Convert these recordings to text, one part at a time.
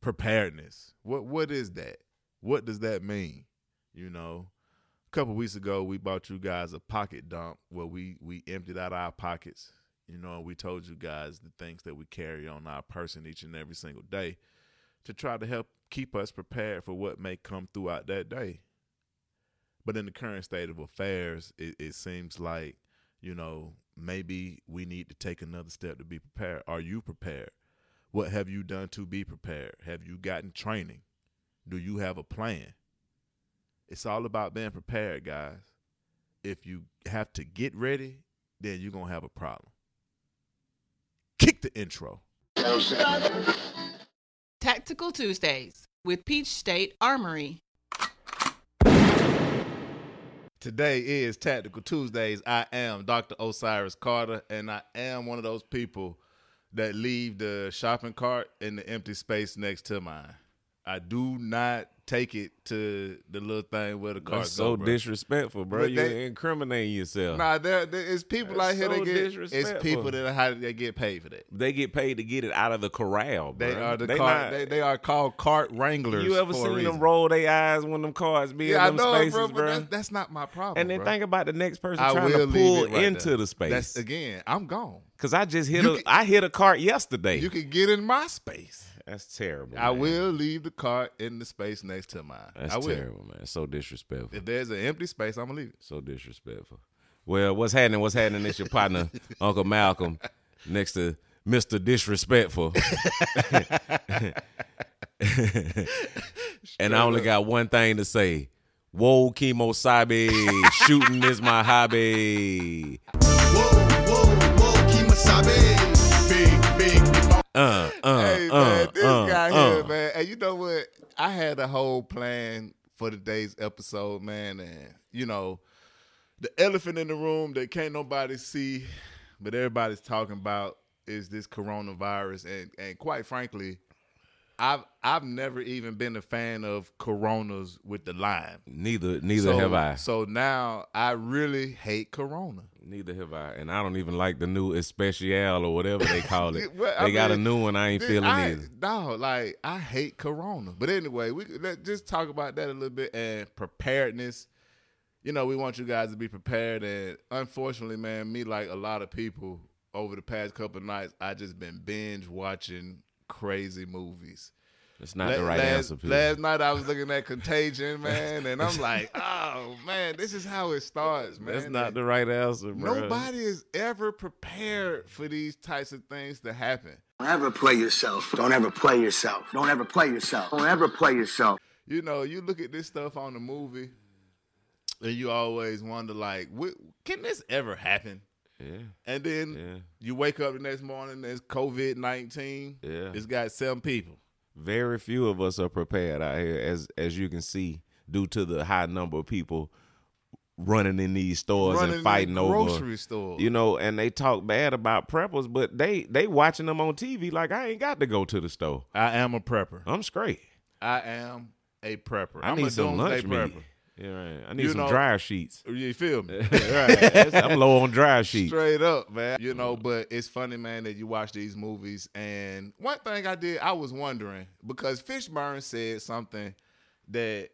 preparedness. What what is that? What does that mean? You know, a couple weeks ago we bought you guys a pocket dump where we we emptied out our pockets. You know, and we told you guys the things that we carry on our person each and every single day to try to help keep us prepared for what may come throughout that day. But in the current state of affairs, it, it seems like, you know, maybe we need to take another step to be prepared. Are you prepared? What have you done to be prepared? Have you gotten training? Do you have a plan? It's all about being prepared, guys. If you have to get ready, then you're going to have a problem. Kick the intro. Tactical Tuesdays with Peach State Armory. Today is Tactical Tuesdays. I am Dr. Osiris Carter, and I am one of those people that leave the shopping cart in the empty space next to mine. I do not take it to the little thing where the cart That's so go, bro. disrespectful, bro. But You're they- incriminating yourself. Nah, there, there it's people That's out here so that get it's disrespectful. people that how they get paid for that. They get paid to get it out of the corral, bro. They are the They cart, not- they, they are called cart wranglers. you ever for a seen reason. them roll their eyes when them cars be Yeah, I in them know, spaces, bro, bro? but That's, that's not my problem. and then bro. think about the next person I trying will to leave pull it right into there. the space. That's again, I'm gone. Cause I just hit You a can- I hit a cart yesterday. You can get in my space. That's terrible. I man. will leave the cart in the space next to mine. That's I will. terrible, man. So disrespectful. If there's an empty space, I'm gonna leave it. So disrespectful. Well, what's happening? What's happening? It's your partner, Uncle Malcolm, next to Mr. Disrespectful. and I only got one thing to say. Whoa, chemo sabe. Shooting is my hobby. Whoa, whoa, whoa, Kemosabe. Big, big, big. Uh, uh, Hey uh, man, this uh, guy uh. here, man. And you know what? I had a whole plan for today's episode, man. And you know, the elephant in the room that can't nobody see, but everybody's talking about is this coronavirus. And and quite frankly, I've I've never even been a fan of coronas with the lime. Neither, neither so, have I. So now I really hate Corona. Neither have I, and I don't even like the new especial or whatever they call it. Well, they I got mean, a new one. I ain't Dude, feeling I, either. No, like I hate Corona. But anyway, we let just talk about that a little bit and preparedness. You know, we want you guys to be prepared, and unfortunately, man, me like a lot of people over the past couple of nights, I just been binge watching crazy movies. It's not La- the right last, answer. Peter. Last night I was looking at Contagion, man, and I'm like, oh man, this is how it starts, man. That's not the right answer, bro. Nobody is ever prepared for these types of things to happen. Don't ever play yourself. Don't ever play yourself. Don't ever play yourself. Don't ever play yourself. you know, you look at this stuff on the movie, and you always wonder, like, "Wh- can this ever happen? Yeah, And then yeah. you wake up the next morning, there's COVID nineteen. Yeah. it's got seven people. Very few of us are prepared out here, as as you can see, due to the high number of people running in these stores Running in and fighting the over grocery store. You know, and they talk bad about preppers, but they they watching them on TV like I ain't got to go to the store. I am a prepper. I'm straight. I am a prepper. I am a need some doomsday lunch meat. prepper. Yeah, right. I need You some know- dryer sheets. You feel me? Right. I'm low on dry sheets. Straight up, man. You know, but it's funny, man, that you watch these movies. And one thing I did, I was wondering because Fishburne said something that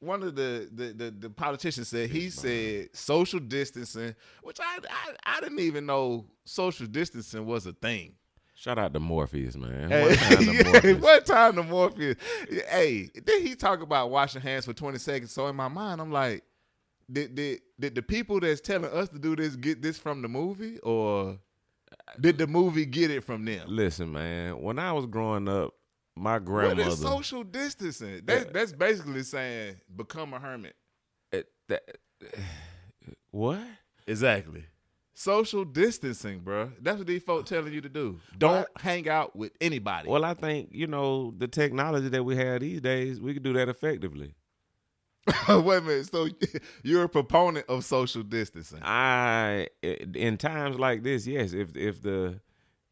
one of the the the, the politicians said. He said social distancing, which I, I I didn't even know social distancing was a thing. Shout out to Morpheus, man. Hey, What kind of yeah, Morpheus? what time the Morpheus? Hey, then he talk about washing hands for twenty seconds. So in my mind, I'm like, did did did the people that's telling us to do this get this from the movie, or did the movie get it from them? Listen, man. When I was growing up, my What grandmother is social distancing? That, Yeah. That's basically saying become a hermit. Eh, that, what? Exactly. Social distancing, bruh. That's what these folk telling you to do. Don't hang out with anybody. Well, I think you know the technology that we have these days, we could do that effectively. Wait a minute. So you're a proponent of social distancing? I in times like this, yes. If if the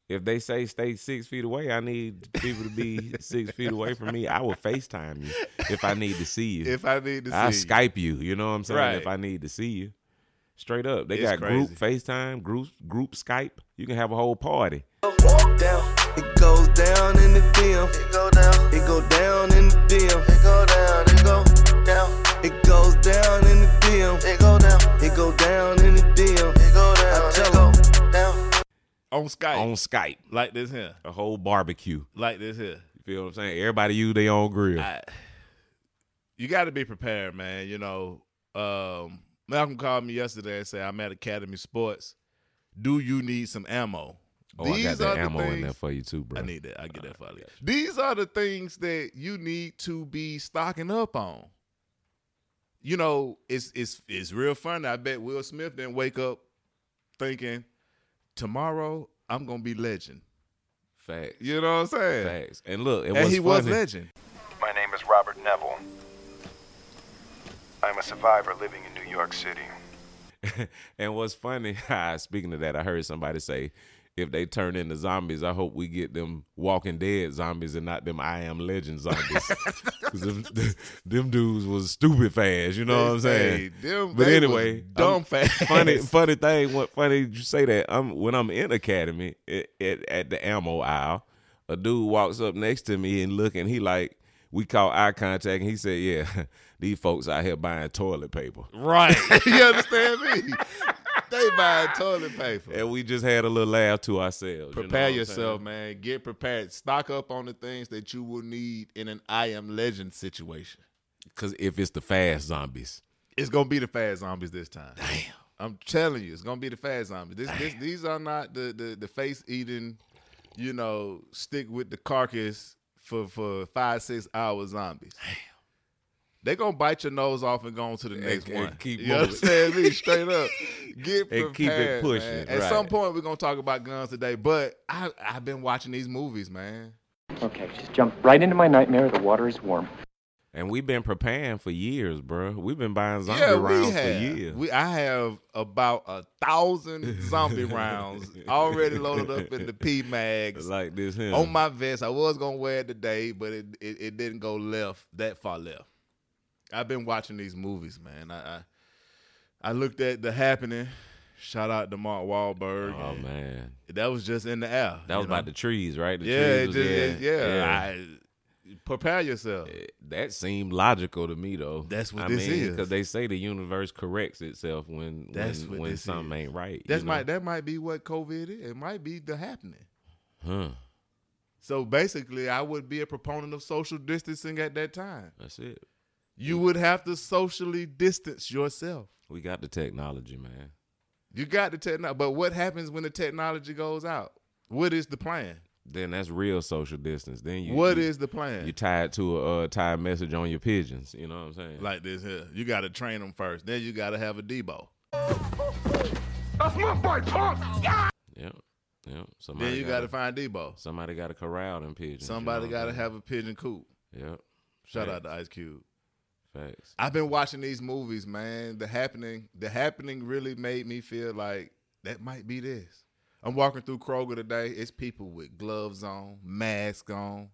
if they say stay six feet away, I need people to be six feet away from me. I will FaceTime you if I need to see you. If I need to see, I you. Skype you. You know what I'm saying? Right. If I need to see you, straight up. They It's got group crazy. FaceTime, group group Skype. You can have a whole party. down. It goes down in the DM. It go down. It go on Skype, on Skype. like this here, A whole barbecue. like this here. You feel what I'm saying? Everybody use their own grill. I, you got to be prepared, man. You know, um, Malcolm called me yesterday and said, "I'm at Academy Sports. Do you need some ammo?" oh, I got that ammo in things- there for you too, bro. I need that. I get that for you. gotcha. These are the things that you need to be stocking up on. You know, it's it's it's real funny. I bet Will Smith didn't wake up thinking tomorrow I'm gonna be legend. Facts. You know what I'm saying? Facts. And look, it And was he funny. was legend. My name is Robert Neville. I'm a survivor living in New York City. and what's funny, speaking of that, I heard somebody say, if they turn into zombies, I hope we get them Walking Dead zombies and not them I Am Legend zombies. 'Cause them, them dudes was stupid fast, you know what I'm saying? Hey, them- but they was anyway, dumb I'm- fast. Funny, funny thing. What funny you say that? I'm when I'm in academy at, at, at the ammo aisle, a dude walks up next to me and look, and he like we caught eye contact, and he said, "Yeah, these folks out here buying toilet paper." Right. you understand me? they buying toilet paper. and we just had a little laugh to ourselves. Prepare yourself, man. Get prepared. Stock up on the things that you will need in an I am legend situation. because if it's the fast zombies, It's gonna be the fast zombies this time. Damn. I'm telling you, it's gonna be the fast zombies. This, this these are not the the, the face eating, you know, stick with the carcass for for five six hour zombies. Damn. They gonna bite your nose off and go on to the next and one. keep you know what I'm moving. saying? Me straight up. Get prepared. And keep it pushing, man. At right. some point, we're gonna talk about guns today. But I I've been watching these movies, man. Okay, just jump right into my nightmare. The water is warm. and we've been preparing for years, bro. We've been buying zombie we rounds have. for years. We, I have about a thousand zombie rounds already loaded up in the P mags like this, him. on Oh my vest. I was gonna wear it today, but it, it, it didn't go left that far left. I've been watching these movies, man. I I, I looked at the happening. Shout out to Mark Wahlberg. Oh man, That was just in the air. that was you know? about the trees, right? The yeah, it trees was- just, it- yeah, yeah. Eh, I, prepare yourself. that seemed logical to me though. That's what I this is. because they say the universe corrects itself when That's when, what when this something is. ain't right. That's you my know? that might be what COVID is. It might be the happening. huh. So basically, I would be a proponent of social distancing at that time. That's it. Mm. You would have to socially distance yourself. We got the technology, man. You got the technology, but what happens when the technology goes out? What is the plan? Then that's real social distance. Then you What is you- the plan? you tied to a uh, tied message on your pigeons. You know what I'm saying? like this here, you got to train them first. Then you got to have a Debo. yep, yep. Somebody Then you got to find Debo. somebody got to corral them pigeons. Somebody you know got what to I'm have a pigeon coop. saying? Yep. Shout Facts. out to Ice Cube. Facts. I've been watching these movies, man. The happening, the happening really made me feel like that might be this. I'm walking through Kroger today. It's people with gloves on, masks on,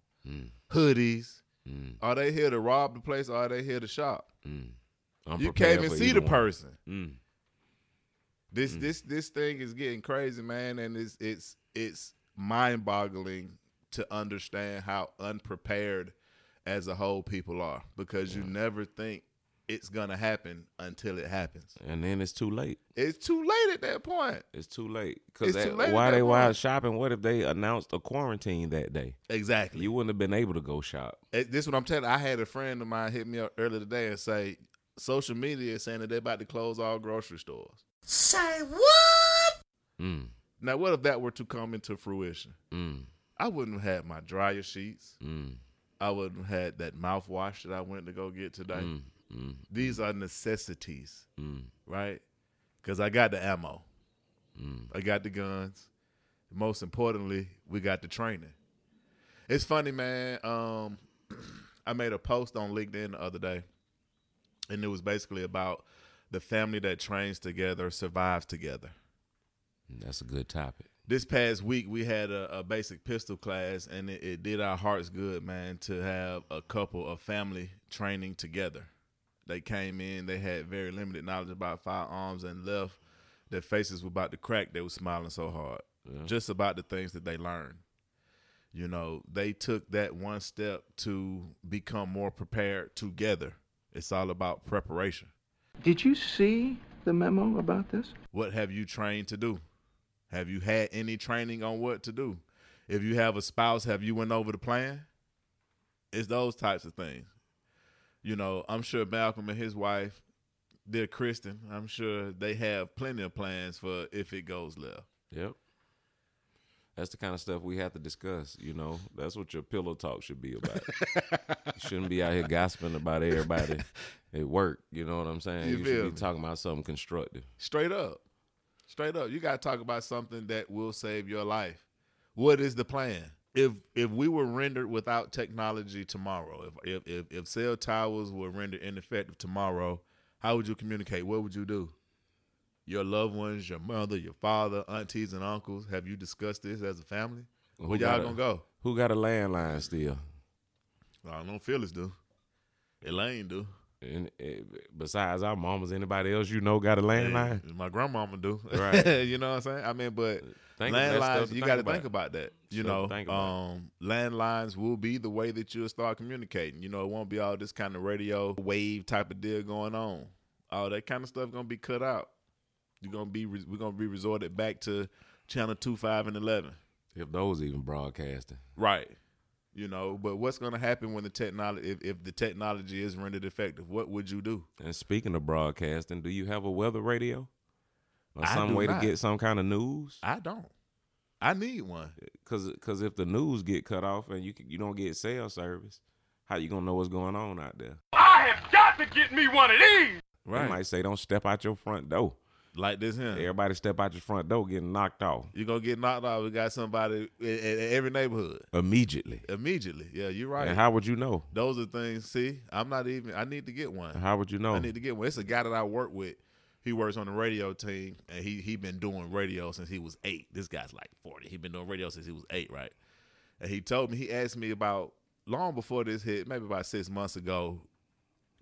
hoodies. Mm. Are they here to rob the place? Or are they here to shop? Mm. I'm you prepared can't even for see either the one. person. Mm. This this this thing is getting crazy, man, and it's it's it's mind boggling to understand how unprepared as a whole people are because you never think it's gonna happen until it happens. And then it's too late. It's too late at that point. It's too late. Cause It's too that- late at why that they point. wild shopping? What if they announced a quarantine that day? Exactly. You wouldn't have been able to go shop. Eh, this is what I'm telling. I had a friend of mine hit me up earlier today and say social media is saying that they're about to close all grocery stores. Mm. Now, what if that were to come into fruition? Mm. I wouldn't have had my dryer sheets. Mm. I wouldn't have had that mouthwash that I went to go get today. Mm. Mm. These are necessities, Mm. right? Because I got the ammo, Mm. I got the guns. Most importantly, we got the training. It's funny, man. Um, I made a post on LinkedIn the other day, and it was basically about the family that trains together survives together. That's a good topic. This past week, we had a, a basic pistol class, and it, it did our hearts good, man, to have a couple of family training together. They came in, they had very limited knowledge about firearms, and left. Their faces were about to crack. They were smiling so hard, just about the things that they learned. You know, they took that one step to become more prepared together. It's all about preparation. Did you see the memo about this? What have you trained to do? Have you had any training on what to do? If you have a spouse, have you went over the plan? It's those types of things. You know, I'm sure Malcolm and his wife, they're Christian. I'm sure they have plenty of plans for if it goes left. Yep. That's the kind of stuff we have to discuss, you know. That's what your pillow talk should be about. you shouldn't be out here gossiping about everybody at work, you know what I'm saying? You You, feel should me? be talking about something constructive. Straight up. Straight up. You gotta talk about something that will save your life. What is the plan? If if we were rendered without technology tomorrow, if if if, if cell towers were rendered ineffective tomorrow, how would you communicate? What would you do? Your loved ones, your mother, your father, aunties and uncles. Have you discussed this as a family? Who Where y'all got a- gonna go? Who got a landline still? I don't know Phyllis do. Elaine do. And eh, besides our mamas, anybody else you know got a Yeah, landline? My grandmama do. Right. you know what I'm saying? I mean, but Think of that stuff landlines, to you think got to about. think about that. You Stuff to know, think about. um, landlines will be the way that you'll start communicating. You know, it won't be all this kind of radio wave type of deal going on. All that kind of stuff gonna be cut out. You're gonna be re- we're gonna be resorted back to channel two, five, and eleven. If those even broadcasting. Right. You know, but what's gonna happen when the technology if, if the technology is rendered effective? What would you do? And speaking of broadcasting, do you have a weather radio? Or I some do way not. to get some kind of news? I don't. I need one. Cause, cause if the news get cut off and you can, you don't get cell service, how you gonna know what's going on out there? They might say don't step out your front door. Like this here. Everybody step out your front door getting knocked off You're gonna get knocked out. We got somebody in, in every neighborhood immediately. immediately. Yeah, you're right. And how would you know? Those are things. See, I'm not even. I need to get one. How would you know? I need to get one. It's a guy that I work with. He works on the radio team, and he he been doing radio since he was eight. This guy's like forty. He been doing radio since he was eight, right? And he told me he asked me about long before this hit, maybe about six months ago,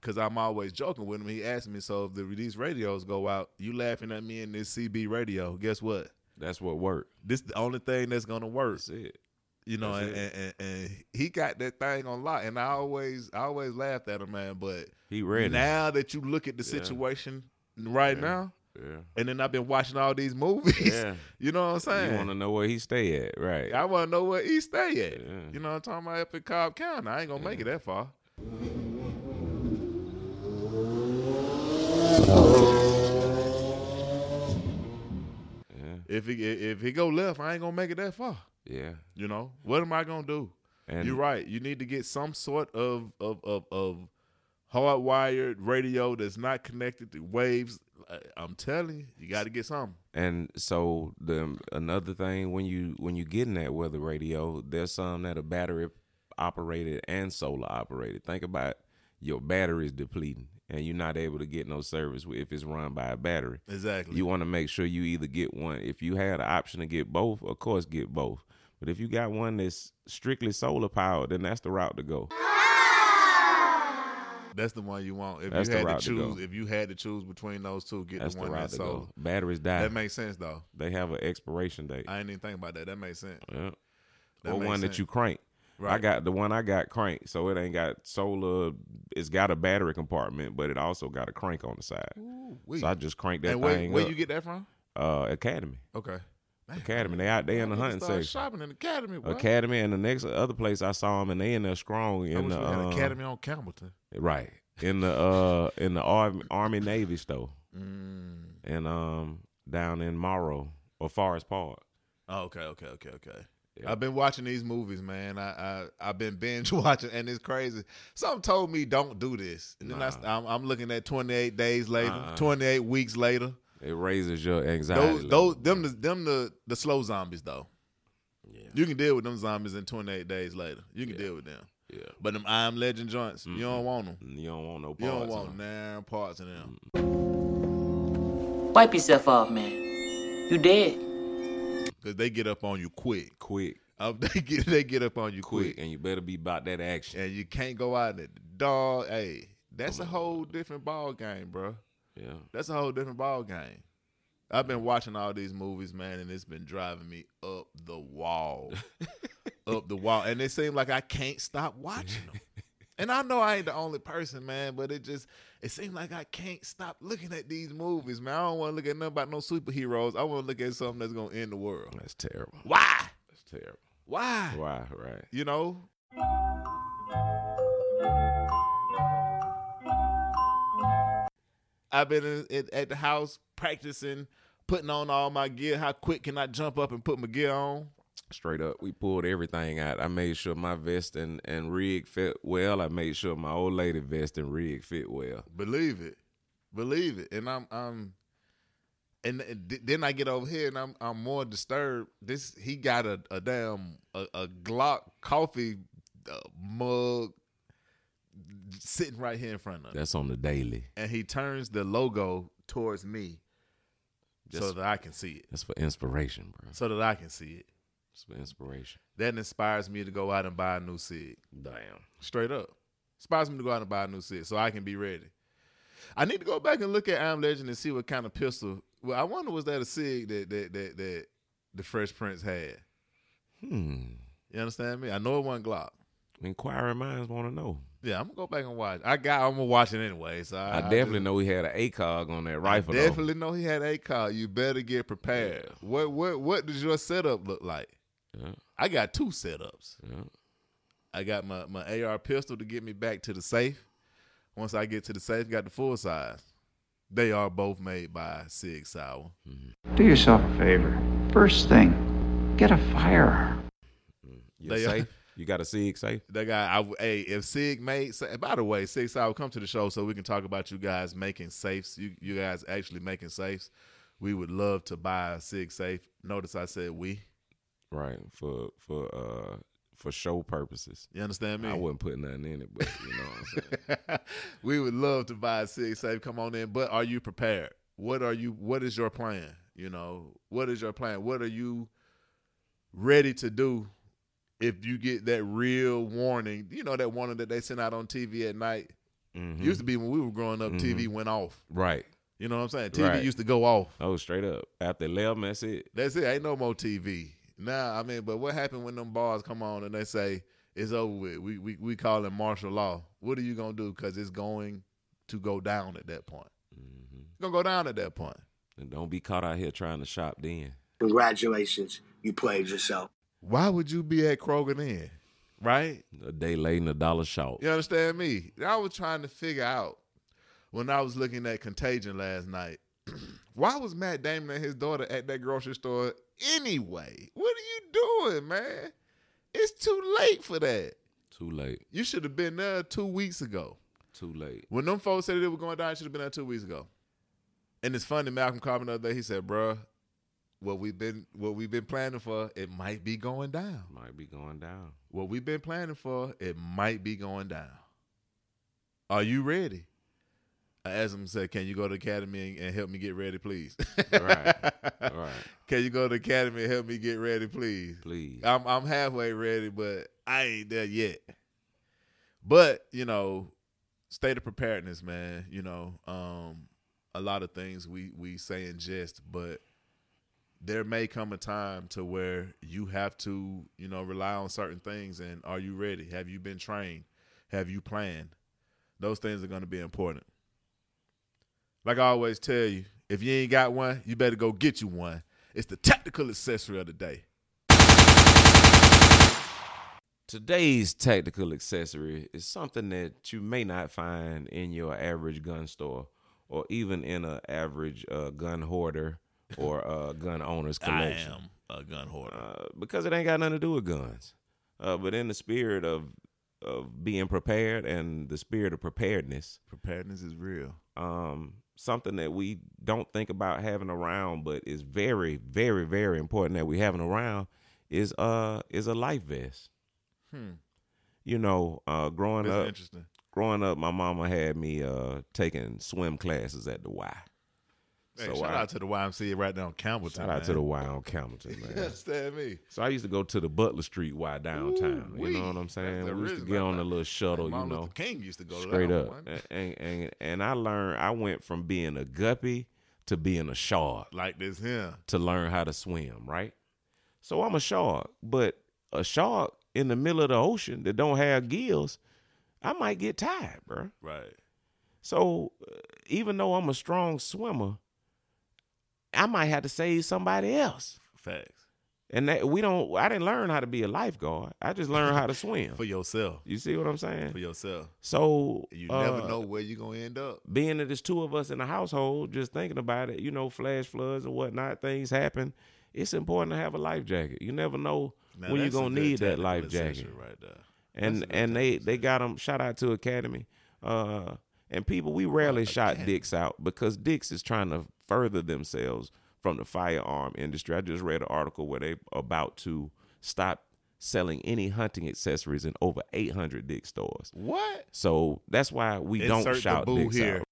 because I'm always joking with him. He asked me, "So if the, these radios go out, you laughing at me in this CB radio? Guess what? That's what worked. This the only thing that's gonna work." That's it. you know, and, That's and, and, and he got that thing on lock, and I always I always laughed at him, man. But He ready. now that you look at the Yeah. situation right Yeah. now, yeah. and then I've been watching all these movies, Yeah. you know what I'm saying? You want to know where he stay at, right? I want to know where he stay at. Yeah. You know what I'm talking about up in Cobb County. I ain't gonna make it that far. Yeah. If he if he go left, I ain't gonna make it that far. Yeah. You know what am I gonna do? And You're right. You need to get some sort of of of, of hardwired radio that's not connected to waves. I- I'm telling you, you got to get something. And so the another thing when you when you getting that weather radio, there's some that are battery operated and solar operated. Think about your batteries depleting and you're not able to get no service if it's run by a battery. Exactly. You want to make sure you either get one. If you had an option to get both, of course get both. But if you got one that's strictly solar powered, then that's the route to go. that's the one you want. If That's you the had to route to go. choose, if you had to choose between those two, get That's the the, one route that's to sold. go. Ah. Batteries die. That makes sense though. they have an expiration date. I ain't even think about that. That makes sense. yeah. That or makes one sense. that you crank. I Right. got the one I got cranked, so it ain't got solar. It's got a battery compartment, but it also got a crank on the side. Wait. So I just cranked that and where, thing where up. you get that from? uh, Academy, Okay. Academy. They out there in the I'm gonna hunting start section. Shopping in Academy. Bro. Academy and the next other place I saw them, and they in there strong I in wish the we had um, Academy on Campbellton. right in the uh in the army, army navy store, Mm. and um down in Morrow or Forest Park. Oh, okay, okay, okay, okay. Yeah. I've been watching these movies, man. I, I I've been binge watching, and it's crazy. Something told me don't do this, and then I, am I'm looking at 28 days later, Uh-uh. 28 weeks later. It raises your anxiety. Those level. those them the, them the the slow zombies though. Yeah. You can deal with them zombies in 28 days later. You can deal with them, yeah. but them I am Legend joints, you don't want them. You don't want no parts. You don't huh? want nine parts of them. Wipe yourself off, man. You dead. Cause they get up on you quick. quick, Uh, they get they get up on you quick, quick, and you better be about that action. and you can't go out in the dog. Hey, that's a whole different ball game, bro. Yeah. That's a whole different ball game. I've been watching all these movies, man, and it's been driving me up the wall, up the wall, and it seemed like I can't stop watching them. And I know I ain't the only person, man, but it just it seems like I can't stop looking at these movies, man. I don't want to look at nothing about no superheroes. I want to look at something that's gonna end the world. That's terrible. Why? That's terrible. Why? Why? Right. You know? I've been in, in, at the house practicing putting on all my gear. How quick can I jump up and put my gear on? straight up. We pulled everything out. I made sure my vest and, and rig fit well. I made sure my old lady vest and rig fit well. Believe it, believe it. And I'm I'm, and th- then I get over here and I'm I'm more disturbed. This he got a a damn a, a Glock coffee uh, mug sitting right here in front of him, That's on the daily. and he turns the logo towards me so Just- that I can see it, That's for inspiration, bro. so that I can see it. That's for inspiration. That inspires me to go out and buy a new cig. Damn. Straight up. Inspires me to go out and buy a new set so I can be ready. I need to go back and look at I'm Legend and see what kind of pistol. Well, I wonder was that a SIG that that that that the Fresh Prince had. Hmm. You understand me? I know it wasn't Glock. Inquiring minds want to know. Yeah, I'm gonna go back and watch. I got I'm gonna watch it anyway. So I, I, definitely know he had an ACOG on that I rifle. though. definitely know he had a car. You better get prepared. What what what does your setup look like? Yeah, I got two setups. yeah. I got my, my AR pistol to get me back to the safe. Once I get to the safe, got the full size. They are both made by Sig Sauer. Do yourself a favor. First thing, get a firearm. You're They- safe. You got a SIG safe? That guy, I, w- hey, if Sig made, sa- by the way, Sig Sauer, come to the show so we can talk about you guys making safes. You you guys actually making safes. We would love to buy a Sig safe. Notice I said we. Right. For for uh for show purposes. You understand me? I wouldn't put nothing in it, but you know what I'm saying. we would love to buy a six safe. Come on in, but are you prepared? What are you? What is your plan? You know, what is your plan? What are you ready to do if you get that real warning? You know that warning that they send out on TV at night. Mhm. Used to be when we were growing up, TV went off. Mm-hmm. Right. You know what I'm saying? TV Right. used to go off. Oh, straight up. After 11, that's it. That's it. Ain't no more TV. Nah, I mean, but what happened when them bars come on and they say it's over with? We we we call it martial law. What are you gonna do? Because it's going to go down at that point. It's gonna go down at that point. And don't be caught out here trying to shop then. Congratulations, you played yourself. Why would you be at Kroger then? Right? A day late and a dollar short. You understand me? I was trying to figure out when I was looking at Contagion last night. why was Matt Damon and his daughter at that grocery store anyway? What are you doing, man? It's too late for that. Too late. You should have been there two weeks ago. Too late. When them folks said it was going down, you should have been there two weeks ago. And it's funny, Malcolm Carbon the other day, he said, bruh, what we've been what we've been planning for, it might be going down. Might be going down. What we've been planning for, it might be going down. Are you ready? I asked him, said, Can you go to the academy and, and help me get ready, please? Right. right. Can you go to the academy and help me get ready, please? Please. I'm I'm halfway ready, but I ain't there yet. But you know, state of preparedness, man. You know, um, a lot of things we we say in jest, but there may come a time to where you have to, you know, rely on certain things. And are you ready? Have you been trained? Have you planned? Those things are going to be important. Like I always tell you, if you ain't got one, you better go get you one. It's the tactical accessory of the day. Today's tactical accessory is something that you may not find in your average gun store or even in an average uh, gun hoarder or uh, gun owner's collection. a gun hoarder. uh, because it ain't got nothing to do with guns. Uh, but in the spirit of of being prepared and the spirit of preparedness, Preparedness is real. um, something that we don't think about having around, but is very, very, very important that we having around is uh is a life vest. Hmm. You know, uh, growing That's up, interesting. growing up, my mama had me uh taking swim classes at the Y. Hey, So shout I- out to the YMCA right now in Campbellton. Shout out to the Y on Campbellton, You man. understand me? So I used to go to the Butler Street Y downtown. Ooh-wee. You know what I'm saying? That's the We used to original get on back the little shuttle, you Martin Luther know, King used to go to that straight up. one. And, and and and I learned. I went from being a guppy to being a shark Like this here. to learn how to swim, right? So I'm a shark, but a shark in the middle of the ocean that don't have gills, I might get tired, bro. Right. So uh, even though I'm a strong swimmer, I might have to save somebody else. Facts. And that we don't. I didn't learn how to be a lifeguard. I just learned how to swim. For yourself. you see what I'm saying? For yourself. So You uh, never know where you're gonna end up. being that there's two of us in the household, just thinking about it, you know, flash floods and whatnot, things happen. It's important to have a life jacket. You never know Now, when you're that's a gonna good need that tactical life decision jacket. right there. And That's a good and they tactical they got them. Shout out to Academy. Uh, and people, we rarely shot dicks out because dicks is trying to further themselves from the firearm industry. I just read an article where they about to stop selling any hunting accessories in over 800 dick stores. What? So that's why we don't Insert the shout boo dicks here.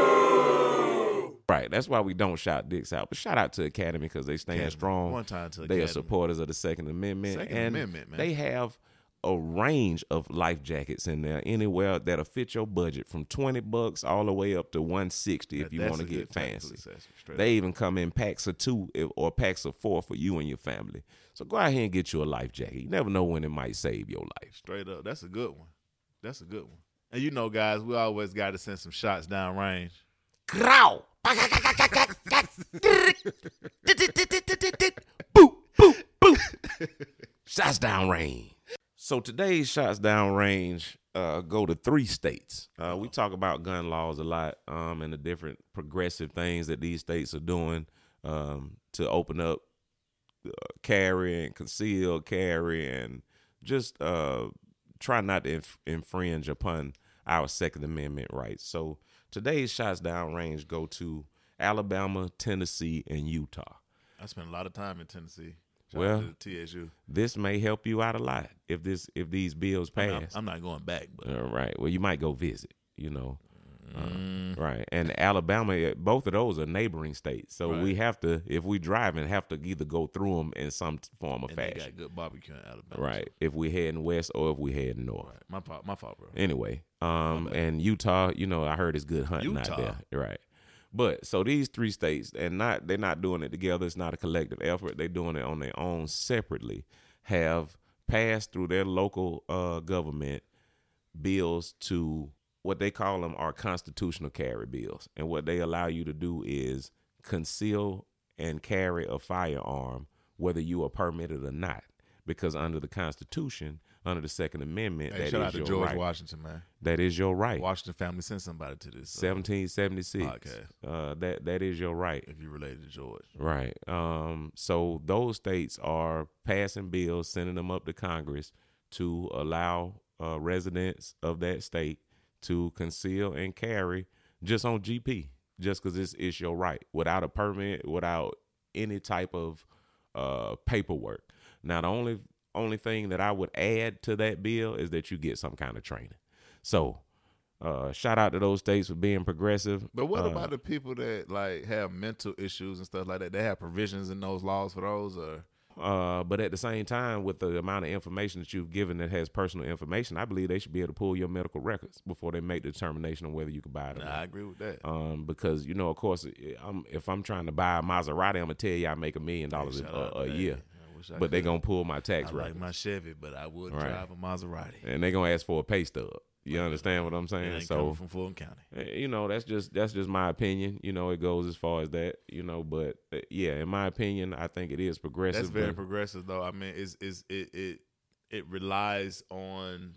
out. Right. That's why we don't shout dicks out. But shout out to Academy because they stand Academy. strong. One time to they Academy. are supporters of the Second Amendment. Second and Amendment, man. They have a range of life jackets in there anywhere that'll fit your budget from 20 bucks all the way up to 160 if That- you that's want to a good get tactical fancy. accessory, straight They even come in packs of two if- or packs of four for you and your family. So go out here and get you a life jacket. You never know when it might save your life. Straight up. That's a good one. That's a good one. And you know, guys, we always got to send some shots down range. Growl. Shots down range. So today's shots down range uh, go to three states. Uh, we talk about gun laws a lot um, and the different progressive things that these states are doing um, to open up uh, carry and conceal carry and just uh, try not to inf- infringe upon our Second Amendment rights. So today's shots down range go to Alabama, Tennessee, and Utah. I spent a lot of time in Tennessee. Shout out Well, to the TSU. This may help you out a lot if this if these bills I mean, I'm, pass. I'm not going back, but All right. Well, you might go visit. You know. Uh, Mm. Right. And Alabama, eh, both of those are neighboring states. So we have to, if we drive and have to either go through them in some t- form of and they fashion. got good barbecue in Alabama. Right. If we heading west or if we heading north. Right. My fault, my fault, bro. Anyway, um, and Utah, you know, I heard it's good hunting out Utah. there, right? But so these three states, and not they're not doing it together. It's not a collective effort. They're doing it on their own separately. Have passed through their local uh, government bills to what they call them are constitutional carry bills, and what they allow you to do is conceal and carry a firearm, whether you are permitted or not, because under the Constitution, under the Second Amendment, that Hey, is shout out to your George right. Washington, man. That is your right. Washington family send somebody to this. uh, 1776. Podcast. Uh, that that is your right. if you related to George. Right. Um. So those states are passing bills, sending them up to Congress to allow uh, residents of that state to conceal and carry just on GP, just because it's it's your right without a permit, without any type of uh paperwork. Now the only only thing that I would add to that bill is that you get some kind of training. So. Uh, shout out to those states for being progressive. But what Uh, about the people that like have mental issues and stuff like that? They have provisions in those laws for those, or Uh, but at the same time, with the amount of information that you've given that has personal information, I believe they should be able to pull your medical records before they make the determination on whether you can buy it or nah, I not. agree with that. Um, because you know, of course, I'm, if I'm trying to buy a Maserati, I'm gonna tell you I make a million dollars shout a, out to uh, a that. year, I wish I but they could. gonna pull my I tax like records my Chevy, but I would Right. drive a Maserati. and they gonna ask for a pay stub. You understand what I'm It saying? ain't So coming from Fulton County. Uh, you know that's just that's just my opinion you know it goes as far as that you know but uh, yeah in my opinion i think it is progressive That's very but- progressive, though. I mean, it's, it's it it it relies on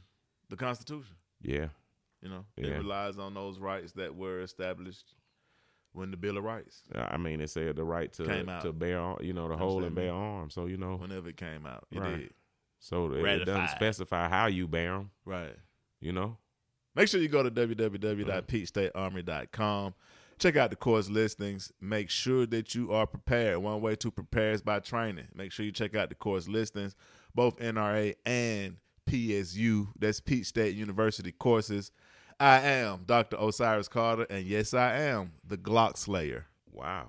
the Constitution. yeah You know, Yeah. it relies on those rights that were established when the Bill of Rights, I mean, it said the right Came to out. to bear, ar- you know, the hold and bear arms. So you know, whenever it came out, it Oh. Right. did. so it, it doesn't Ratified. specify how you bear them. Right. You know, Make sure you go to www.peachstatearmory.com. Check out the course listings. Make sure that you are prepared. One way to prepare is by training. Make sure you check out the course listings, both NRA and PSU. That's Peach State University courses. I am Dr. Osiris Carter, and yes, I am the Glock Slayer. wow,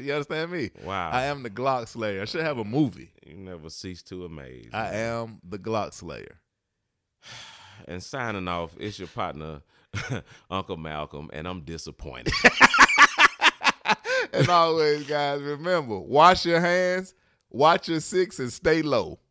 you understand me? Wow. I am the Glock Slayer. I should have a movie. you never cease to amaze. I am the Glock Slayer. and signing off, it's your partner, Uncle Malcolm, and I'm disappointed. And always, guys, remember wash your hands, watch your six, and stay low.